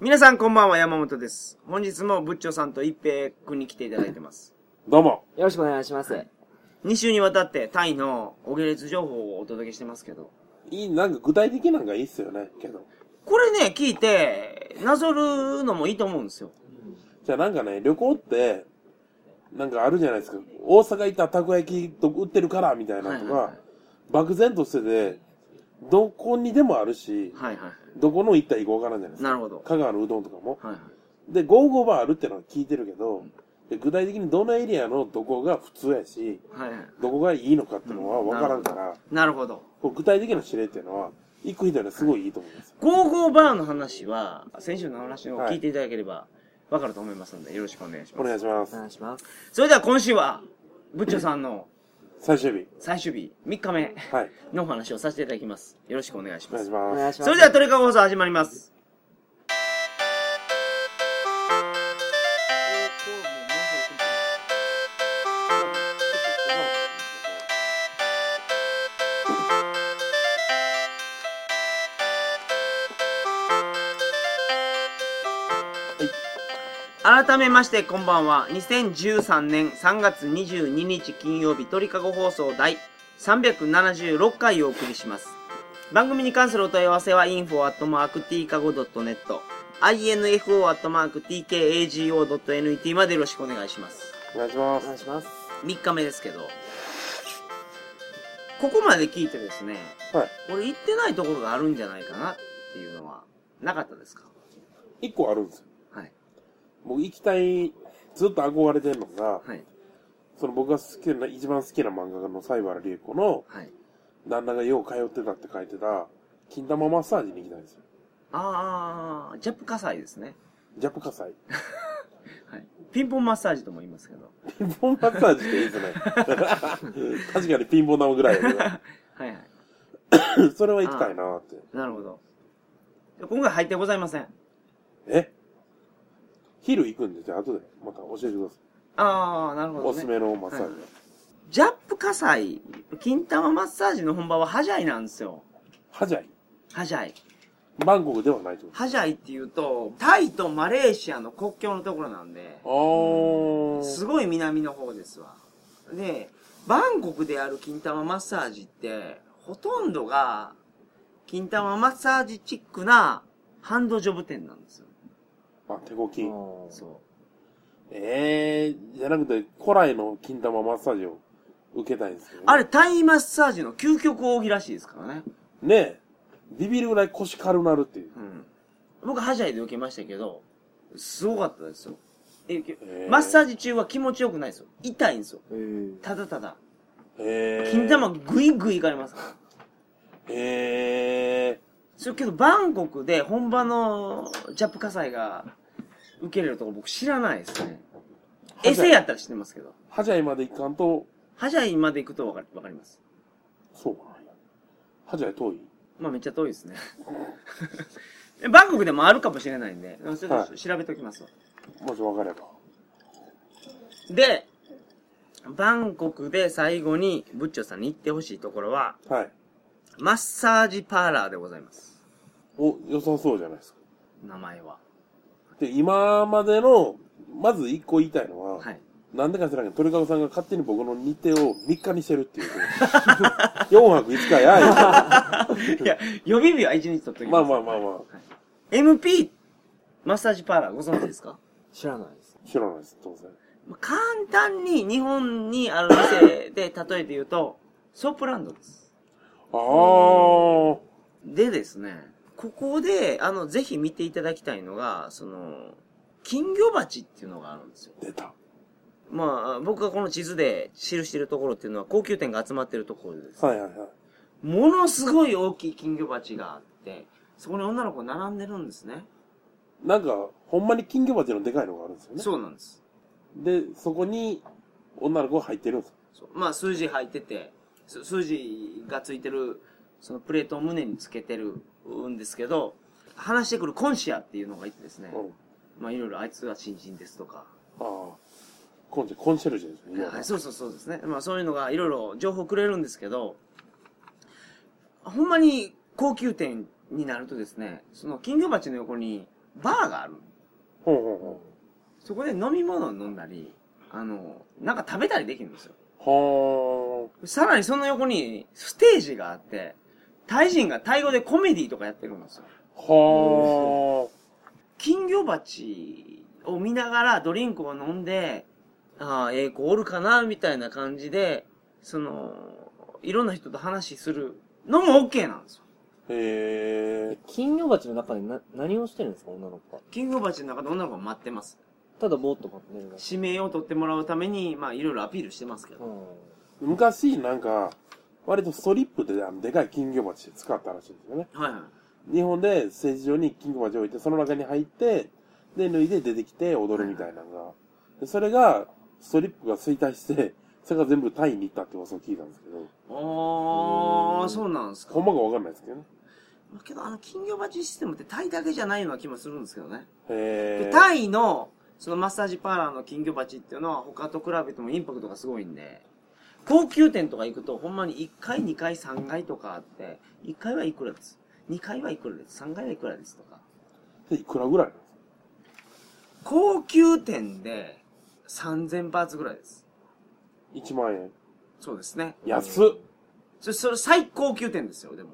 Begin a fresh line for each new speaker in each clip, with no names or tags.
皆さんこんばんは、山本です。本日もブッチョさんと一平君に来ていただいてます。
どうも。
よろしくお願いします。
2週にわたってタイのお下劣情報をお届けしてますけど、
いい、なんか具体的なんかいいっすよね、けど。
これね、聞いて、なぞるのもいいと思うんですよ。
じゃあなんかね、旅行って、なんかあるじゃないですか。大阪行ったらたこ焼きと売ってるから、みたいなのとか、
はいはいはい
漠然としてて、どこにでもあるし、
はいはい。
どこの行ったら行こうわからんじゃないですか。
なるほど。
香川のうどんとかも。
はいはい。
で、ゴーゴーバーあるってのは聞いてるけど、で具体的にどのエリアのどこが普通やし、
はいはい。
どこがいいのかっていうのはわからんから、
なるほど。
こう具体的な指令っていうのは、行く人にはすごいいいと思います。
ゴーゴーバーの話は、先週の話を聞いていただければ、わかると思いますので、よろしくお願いし
お
ます。
願いしま
お
す。
願いします。
それでは今週は、ブッチョさんの
最終日。
最終日、3日目
はい。
のお話をさせていただきます。よろしくお願いし
お
ま
願いし
す。
お
ます。
願いしま
そ
す。
れでは、トリカゴ放送始まります。改めまして、こんばんは。2013年3月22日金曜日、鳥かご放送第376回をお送りします。番組に関するお問い合わせは info.tkago.net、info.tkago.net までよろしくお願いします。
お願いしま
お
す
願。いします。
3日目ですけど、ここまで聞いてですね、
は
俺行ってないところがあるんじゃないかなっていうのは、なかったですか
い。一個あるんですよ。
はい。
僕行きたい、ずっと憧れてるのが、
はい。
その僕が好きな、一番好きな漫画家の西原理恵子の、
はい。
旦那がよう通ってたって書いてた、金玉マッサージに行きたいんですよ。
あー、ジャップ火災ですね。
ジャプ火災。
はい。ピンポンマッサージとも言いますけど。
ピンポンマッサージっていいですね。 確かにピンポン玉ぐらいや
はいはい。
けど それは行きたいなーって。
なるほど。今回入ってございません。
え昼行くんで、じゃあ後でまた教えてください。
あー、なるほど、ね。
おすすめのマッサージ。
ジャップ火災、金玉マッサージの本場はハジャイなんですよ。
ハジャイ。
ハジャイ。
バンコクではないってこ
ハジャイっていうと、タイとマレーシアの国境のところなんで、
とあー。
すごい南の方ですわ。で、バンコクである金玉マッサージって、ほとんどが、金玉マッサージチックなハンドジョブ店なんですよ。
あ、手こき。
う
そ
ええー、じゃなくて、古来の金玉マッサージを受けたいんですけど、
う。あれ、タイマッサージの究極奥義らしいですからね。
ねえ、ビビるぐらい腰軽なるっていう。
うん。僕、ハジャイで受けましたけど、すごかったですよ。え、け
へー
マッサージ中は気持ちよくないですよ。痛いんですよ。
ん。え
ただただ。
ええー。
金玉グイグイいかれますから。
ええ
それけど、バンコクで本場のジャップ火災が受けれるとこ僕知らないですね。
ー。
エセやったら知ってますけど。
ハジャイ。ハジャイまで行かんと、
ハジャイまで行くとわかりわかります。
そうかな。ハジャイ遠い
まあめっちゃ遠いです ね。バンコクでもあるかもしれないんで、ちょっと調べておきますわ。
もし分かれば。
で、バンコクで最後にブッチョさんに行ってほしいところは、
はい。
マッサージパーラーでございます。
お、良さそうじゃないですか。
名前は。
で、今までの、まず一個言いたいの は、
はい。
なんでか知らんけど、鳥かごさんが勝手に僕の日程を3日にしてるっていう。4泊5日や、言うて
いや、予備日は一日取 っておき
ま
ま
あ
す。
まあまあま
MP、マッサージパーラーご存知ですか
ー、知らないです。
あ。知らないです、当然。
まあ簡単に日本にある店で例えて言うと、ソープランドです。
ああ。
でですね、ここで、あの、ぜひ見ていただきたいのが、その、金魚鉢っていうのがあるんですよ。
出た。
まあ、僕がこの地図で記してるところっていうのは高級店が集まってるところです。
はいはいはい。
ものすごい大きい金魚鉢があって、そこに女の子並んでるんですね。
なんか、ほんまに金魚鉢のでかいのがあるんですよね。
そうなんです。
で、そこに、女の子が入ってるんです
そうまあ数字入ってて、す数字がついてる、そのプレートを胸につけてるんですけど、話してくるコンシアっていうのがいてですね、
よ。うん。
まあいろいろあいつは新人ですとか、
ああ。コンシェコンシェルジュですね。
はいそうそうそうですね。まあそういうのがいろいろ情報くれるんですけど、ほんまに高級店になるとですね、その金魚鉢の横にバーがある。
ほうほ
そこで飲み物を飲んだり、あの、なんか食べたりできるんですよ。
うほう。は
さらにその横にステージがあって、タイ人がタイ語でコメディとかやってるんですよ。
あ。は
金魚鉢を見ながらドリンクを飲んで、ああ、ええ子おるかな、みたいな感じで、その、いろんな人と話するのも OK なんですよ。
あ。へえ。
金魚鉢の中でな、何をしてるんですか、女の子は。
金魚鉢の中で女の子が待ってます。
ただぼーっと待ってるだけ。
指名を取ってもらうために、まあ、いろいろアピールしてますけ
う
ど。
ん。
昔、なんか、割とストリップであのでかい金魚鉢使ったらしいんですよね。
はいはい。
日本で政治上に金魚鉢置いて、その中に入って、で、脱いで出てきて踊るみたいなのが。でそれが、ストリップが衰退して、 それが全部タイに行ったって噂を聞いたんですけど、
あ
う
あ、
ん
そうなんですか。
ほんまかわかんないですけどね。
まあけど、あの、金魚鉢システムってタイだけじゃないような気もするんですけどね。
へ
で
え。
タイの、そのマッサージパーラーの金魚鉢っていうのは他と比べてもインパクトがすごいんで、高級店とか行くとほんまに1階、2階、3階とかあって、1階はいくらです。2階はいくらです。3階はいくらですとか。
でいくらぐらいなんですか
高級店で3000バーツぐらいです。
1万円。
そうですね。
安っ
それ、それ最高級店ですよ、でも。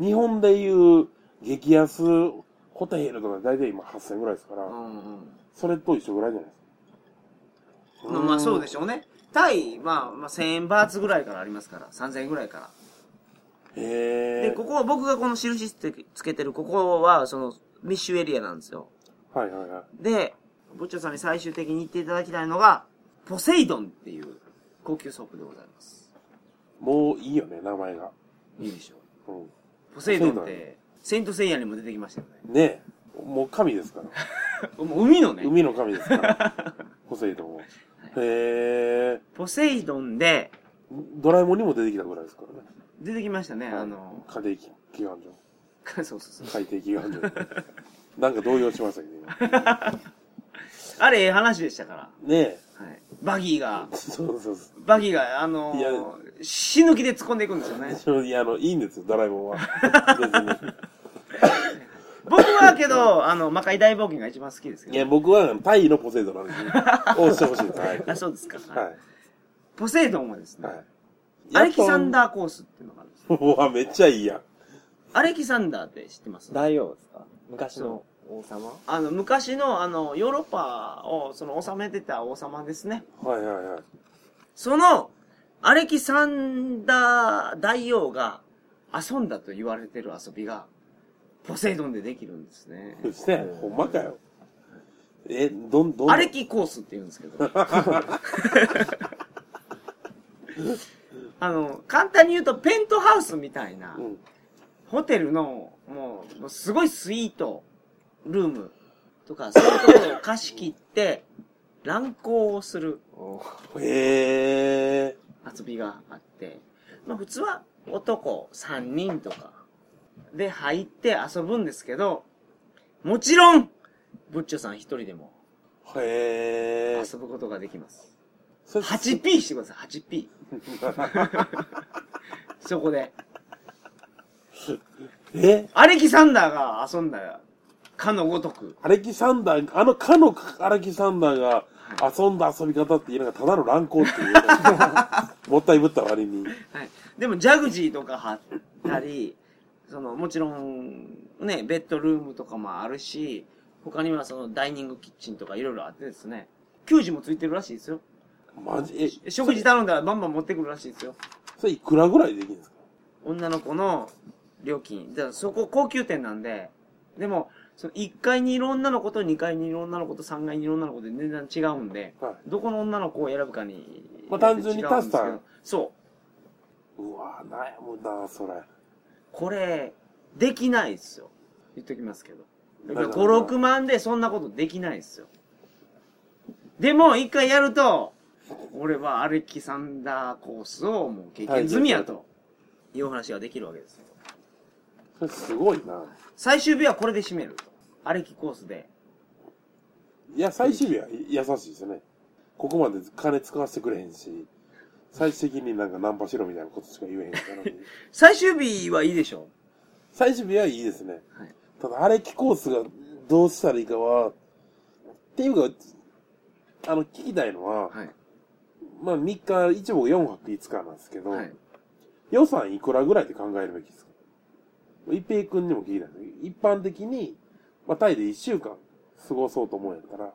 日本でいう激安ホテルとか大体今8000円ぐらいですから、
うん
それと一緒ぐらいじゃないですか。
うん。まあそうで
し
しょうね。タイ、まあ、まあ1000円バーツぐらいからありますから、3000円ぐらいから。
ょ。へ
で、
え。
ここは僕がこの印つけてる、ここは、その、密集エリアなんですよ。
はいはいはい。
で、ボッチャさんに最終的に言っていただきたいのが、ポセイドンっていう高級ソープでございます。
もういいよね、名前が。
いいでしょう。
うん。
ポセイドンっ
ポセイ
て、セイントセイヤにも出てきましたよね。
ねえ。もう神ですから。
もう海のね、
海の神ですから。 ポセイドンは。へえ。
ポセイドンで、
ドラえもんにも出てきたぐらいですからね。
出てきましたね、
はい
あの、
家庭祈願所。
そうそうそう。
海底祈願所。なんか動揺しましたけど、今。
あれ、ええ話でしたか
ね
ら。はい。バギーが
え。、そうそうそ
バギーが、あの
いや、
死ぬ気で突っ込んでいくんですよね。
う。いや、あの、いいんですよ、ドラえもんは。別に。
僕はけど、あの、魔界大冒険が一番好きですけど。
いや、僕はタイのポセイドンなんですね。をしてほしいです。はい。
あ、そうですか。
は
ポセイドンはです
い。
ね、
はい。
アレキサン
ー。
ダーコースっていうのがあるんですよ。
うわ、めっちゃいいやん。
アレキサンダーって知ってます
大王ですか昔の王様
あの、昔の、あの、ヨーロッパを、その、治めてた王様ですね。
はいはいはい。
その、アレキサンダー大王が遊んだと言われてる遊びが、ポセイドンでできるんですね。
そして、ほんまかよ。え、どん、どん。
アレキコースって言うんですけど。 あの、簡単に言うと、ペントハウスみたいな
う、ん。
ホテルの、もう、もうすごいスイート、ルームとか、そういうところを貸し切って、乱行をする
お
へえ。
遊びがあって、まあ普通は男3人とかで入って遊ぶんですけど、もちろん、ブッチョさん一人でも
へえ。
遊ぶことができます。
それ
8P してください、8P。そこで。
え
アレキサンダーが遊んだら、かのごとく。
アレキサンダー、あの、かのアレキサンダーが遊んだ遊び方っていうのがただの乱行っていう。 もったいぶった割に。
はい。でも、ジャグジーとか貼ったり、その、もちろん、ね、ベッドルームとかもあるし、他にはその、ダイニングキッチンとかいろいろあってですね、給仕もついてるらしいですよ。
マジ、え、
食事頼んだらバンバン持ってくるらしいですよ。
それいくらぐらいできるんですか
女の子の料金。だからそこ高級店なんで、でも、その1階にいる女の子と2階にいる女の子と3階にいる女の子で値段違うんで、
はい。
どこの女の子を選ぶかに。
まあ単純に足した
違うんですけどそう。
うわぁ、悩むなそれ。
これ、できないですよ。言っときますけど。
なる
5、
ほど
6万でそんなことできないですよ。でも、一回やると、俺はアレキサンダーコースをもう経験済みやと、いうお話ができるわけですよ。
それすごいな
最終日はこれで締めると。アレキコースで。
いや、最終日は優しいですね。ここまで金使わせてくれへんし、最終的になんかナンパしろみたいなことしか言えへんから、
最終日はいいでしょ
最終日はいいですね。
はい
ただ、あれキコースがどうしたらいいかは、っていうか、あの、聞きたいのは、
はい。
まあ3日、1泊4泊5日なんですけど、
はい。
予算いくらぐらいで考えるべきですか一平君にも聞いたんだけど、一般的に、まあ、タイで1週間過ごそうと思うんやったら、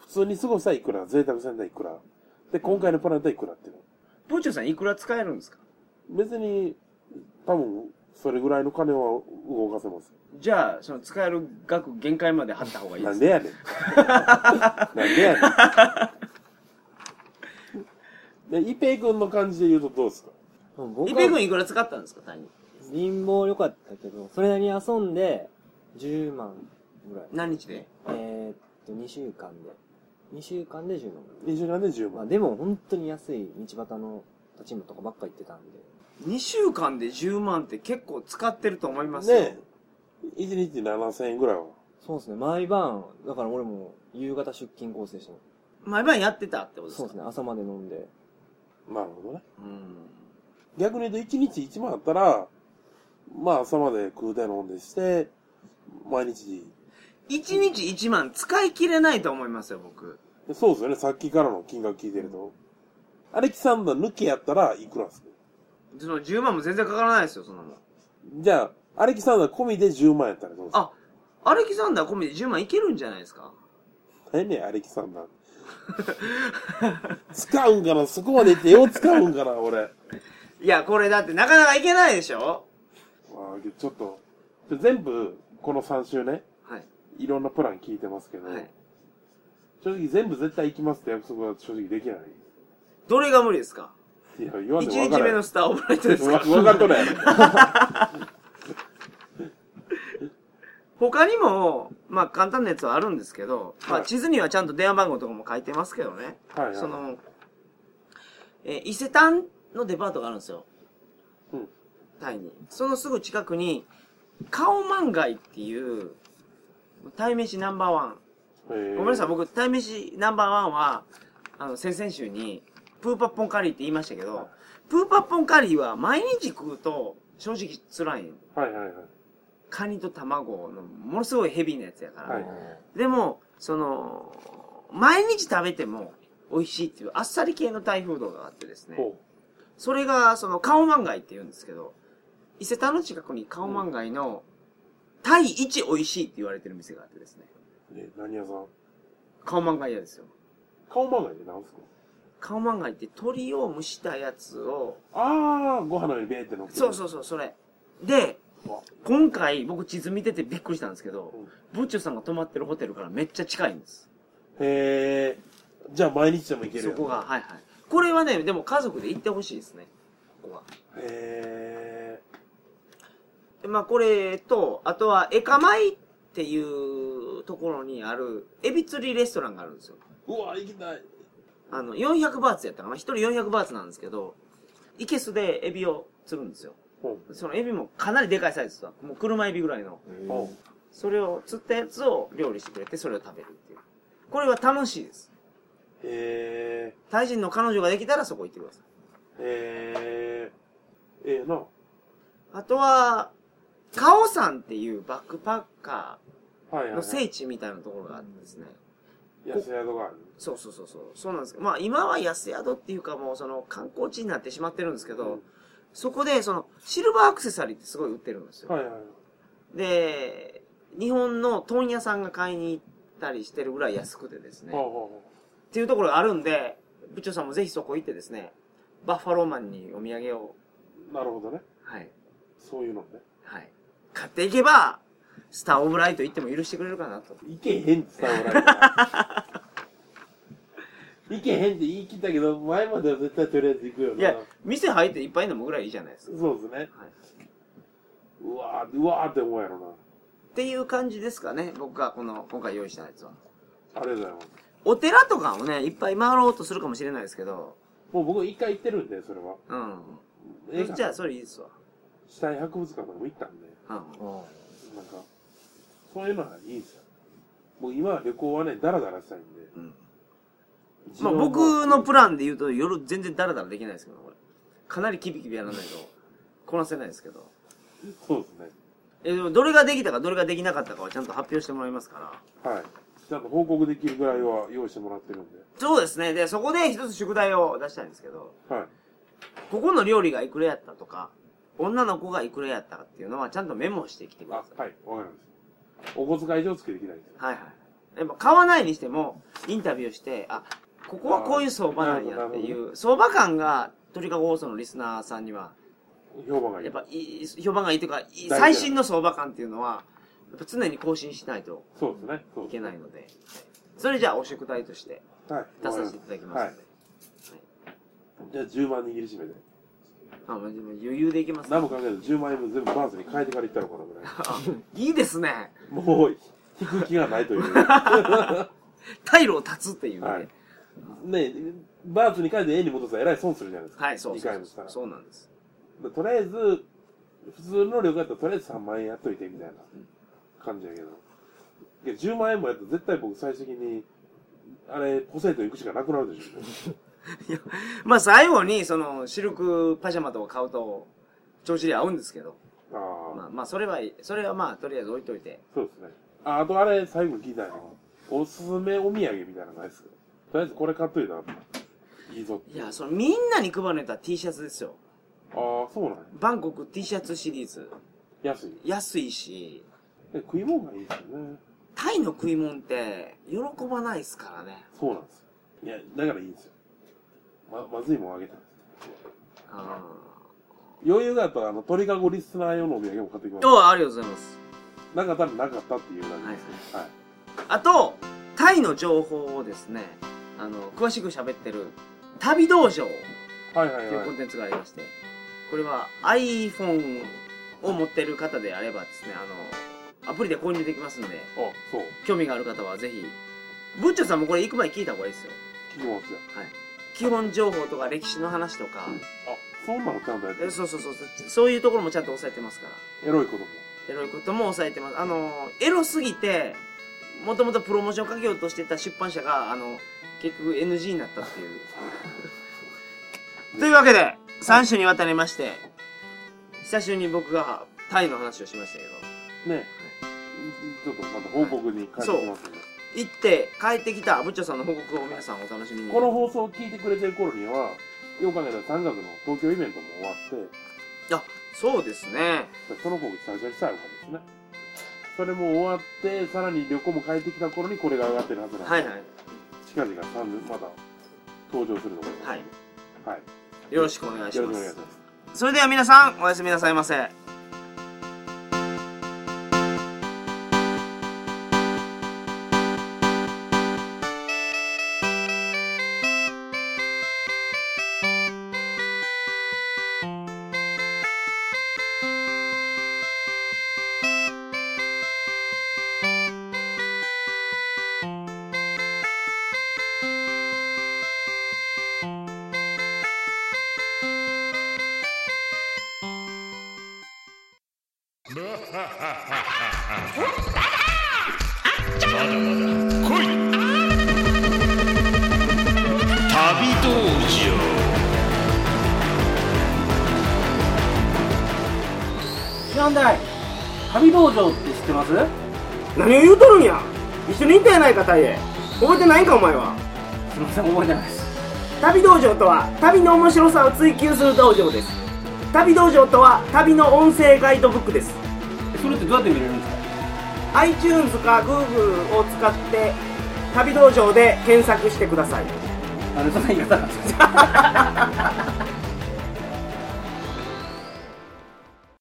普通に過ごしたらいくら、贅沢せんだいくら、で、今回のプランタいくらっていうの。
ポンチョさんいくら使えるんですか
別に、多分、それぐらいの金は動かせます。
じゃあ、その使える額限界まで張った方がいいで
なん
す。
でや ねん。なんでやねん。で、一平君の感じで言うとどうですか
うん僕
一
は
平君いくら使ったんですか、単に。
貧乏良かったけど、それなりに遊んで、10万ぐらい。
何日で
えー、っと、2週間で。2週間で10万。
?2 週間で10
まあ
万。
でも本当に安い道端の立ち芋とかばっか行ってたんで。
?2 週間で10万って結構使ってると思いますよ。
ねえ。1日7000円ぐらいは。
そうですね、毎晩、だから俺も夕方出勤構成しても
毎晩やってたってことですか
そうですね、朝まで飲んで。
なるほどね。
うん。
逆に言うと1日1万あったら、まあ朝まで食うて飲んでして、毎日。
1日1万使い切れないと思いますよ、僕。
でそうですよね。さっきからの金額聞いてると。アレキサンダー抜きやったらいくらですか
その10万も全然かからないですよ、そんなもん。
じゃあ、アレキサンダー込みで10万やったらどうですか
あ、アレキサンダー込みで10万いけるんじゃないですか
何やねんアレキサンダー。使うんかなそこまで言ってよう使うんかな俺。あ
いや、これだってなかなかいけないでしょ
ーちょっと、全部、この3週ね、
はい。
いろんなプラン聞いてますけど、
はい。
正直全部絶対行きますって約束は正直できない。
どれが無理ですか
いや、言わん
?1
でも分
日
から
目
ん
のスターオブライトですか
わわかるとるやろ。
他にも、まあ簡単なやつはあるんですけど、まあ
はい
地図にはちゃんと電話番号とかも書いてますけどね。
はいはい。
その、えー伊勢丹のデパートがあるんですよ。
うん
タイに。そのすぐ近くに、カオマンガイっていう、タイ飯ナンバーワン。
えー
ごめんなさい、。僕、タイ飯ナンバーワンは、あの、先々週に、プーパッポンカリーって言いましたけど、プーパッポンカリーは毎日食うと、正直辛いん。
はいはいはい。
カニと卵の、ものすごいヘビーなやつやから。
はい
でも、その、毎日食べても美味しいっていうあっさり系のタイフードがあってですね。
ほ
それが、その、カオマンガイって言うんですけど、伊勢丹の近くにカオマンガイの、タイ一美味しいって言われてる店があってですね。
う。え、何屋さん
カオマンガイ屋ですよ。
顔まがいでなんすか
カオマンガイって鳥を蒸したやつを、
あー、ご飯の上にベーって乗ってる
そうそうそう、それ。で、
わ
今回僕地図見ててびっくりしたんですけど、ブッチョさんが泊まってるホテルからめっちゃ近いんです。
へー。じゃあ毎日でも行ける
そ
やん
こが、はいはい。これはね、でも家族で行ってほしいですね。ここは。
へ
でまあこれと、あとはエカマイっていうところにある、エビ釣りレストランがあるんですよ。
ー。うわ、行きたい。
あの、400バーツやったかな一人400バーツなんですけど、イケスでエビを釣るんですよ。
ほ
そのエビもかなりでかいサイズだ。もう車エビぐらいの。
う。ほ
それを、釣ったやつを料理してくれて、それを食べるっていう。これは楽しいです。
う。へ
タイ人の彼女ができたらそこ行ってください。
ー。へー。ええな。
あとは、カオさんっていうバックパッカ
はいはい
ー
は
の
い。
聖地みたいなところがあってですね。
安宿がある。
そうそうそうそう。そうなんですけど、まあ今は安宿っていうかもうその観光地になってしまってるんですけど、
うん
そこでそのシルバーアクセサリーってすごい売ってるんですよ。
はいはい。
で、日本の問屋さんが買いに行ったりしてるぐらい安くてですね。
ほう
っ
ほ
ていうところがあるんで、部長さんもぜひそこ行ってですね、バッファローマンにお土産を、
うほう。なるほどね。
はい、
そういうのね。
はい、買っていけば、スターオブライト行っても許してくれるかなと。
いけへんって伝えられた。 いけへんって言い切ったけど、前までは絶対とりあえず行くよな。
いや、店入っていっぱい飲むぐらいいいじゃないですか。
そうですね。
はい、っ
うわー、うわーって思うやろな。
ていう感じですかね、僕がこの、今回用意したやつは。
ありがとうございます。
お寺とかもね、いっぱい回ろうとするかもしれないですけど、
もう僕一回行ってるんで、それは。
うん。
ええか
じゃあ、それいいですわ。
死体博物館とかも行ったんで、
うん。
なんか、そういうのはいいですよ。僕今は旅行はね、ダラダラしたいんで。
うん
一
まあ、
応
僕のプランで言うと、夜全然ダラダラできないですけど、これ。かなりキビキビやらないと、こなせないですけど。
そうですね。
えでもどれができたかどれができなかったかはちゃんと発表してもらいますから
はい。ちゃんと報告できるぐらいは用意してもらってるんで。
そうですねでそこで一つ宿題を出したいんですけど
はい。
ここの料理がいくらやったとか女の子がいくらやったかっていうのはちゃんとメモしてきてく
あ
ださ、い
はい。わかりました。お小遣い上付けできないです。
はいはい。やっぱ買わないにしても、インタビューして、あ、ここはこういう相場なんやって
なるほどなる
いう、相場感が、鳥かご放送のリスナーさんには、
評判がいい。
やっぱいい、評判がいいというか、いい
大事だ
最新の相場感っていうのは、やっぱ常に更新しないと
そうですね。そう
い
で
けないので、それじゃあお宿題として
す。はい。
出させていただきますので、
じゃあ10万握りしめて。
あ、まあでも余裕でいけますね
何も考えず10万円分全部バースに変えてから行ったのかなぐらい。
あいいですね。
もう、引く気がない という。
退路を断つっていうね。は
はいい、ねバーツに書いて絵に戻すとえらい損するじゃないですか。
そう
理
そ
解
う
もしたら。
そうなんです。
まあとりあえず、普通の旅行だったらとりあえず3万円やっといてみたいな感じやけど。いや10万円もやったら絶対僕最終的に、あれ、ポセイト行くしかなくなるでしょうね。
まあ最後に、その、シルクパジャマとか買うと、調子で合うんですけど、
あ
ま
あ、
あ、まあ、それはいい、それはまあ、とりあえず置いといて。
そうですね。あ、あとあれ、最後に聞いたの。おすすめお土産みたいなのないですかとりあえずこれ買っといたら、いいぞって。
いや、その、みんなに配るのやったら T シャツですよ。
ああ、そうなんや。
バンコク T シャツシリーズ。
安い。
安いし、
で食い物がいいですよね。
タイの食い物って、喜ばないですからね。
そうなんですよ。いや、だからいいんですよ。ま、まずいもんあげたんです
あ
余裕があったら、あの、鳥かごリスナー用のお土産も買ってきま
ー
す。
と、ありがとうございます。
なんか多分なかったっていう感じですね。はい。
あと、タイの情報をですね、あの、詳しく喋ってる、旅道場っ
はいは
て
い
いう
はい
コン。テンツがありまして、これは iPhone を持ってる方であればですね、あの、アプリで購入できますので、
あ、そう。
興味がある方はぜひ、ブッチョさんもこれ行く前に聞いた方がいいですよ。
聞きますよ。
基本情報とか歴史の話とか、
あ、そんなのちゃんとやって
え
る。
そうそうそうそう、そういうところもちゃんと押さえてますから。
エロいことも。
エロいことも抑えてます。あの、エロすぎて、もともとプロモーションかけようとしてた出版社が、あの、結局 NG になったって いう。というわけで、3週にわたりまして、久しぶりに僕がタイの話をしましたけど、
ね。ちょっとまた報告に返ってきますんで。
行って帰ってきた部長さんの報告を皆さんお楽しみに。
この放送を聞いてくれてる頃には、よう考えたら3月の東京イベントも終わって、
そうですね。
その報告最初にしたらよかったですね。それも終わって、さらに旅行も帰ってきた頃にこれが上がってるはずなんで。
はいはい。
近々三千まだ登場するので、
はい。
はい、よ
よろしくお願
ろ
い
し
し
くお
ま
願いし
す
ま。す。
それでは皆さん、おやすみなさいませ。
まだまだ来い旅道場
なんだい旅道場って知ってます
何を言うとるんや一緒にいたやないかタイへ覚えてないんかお前は
すみません、覚えてないです。
旅道場とは旅の面白さを追求する道場です旅道場とは旅の音声ガイドブックです
それってどうやって見れるんですか
iTunes か Google を使って旅道場で検索してください
あれ、そんな言い方なんですか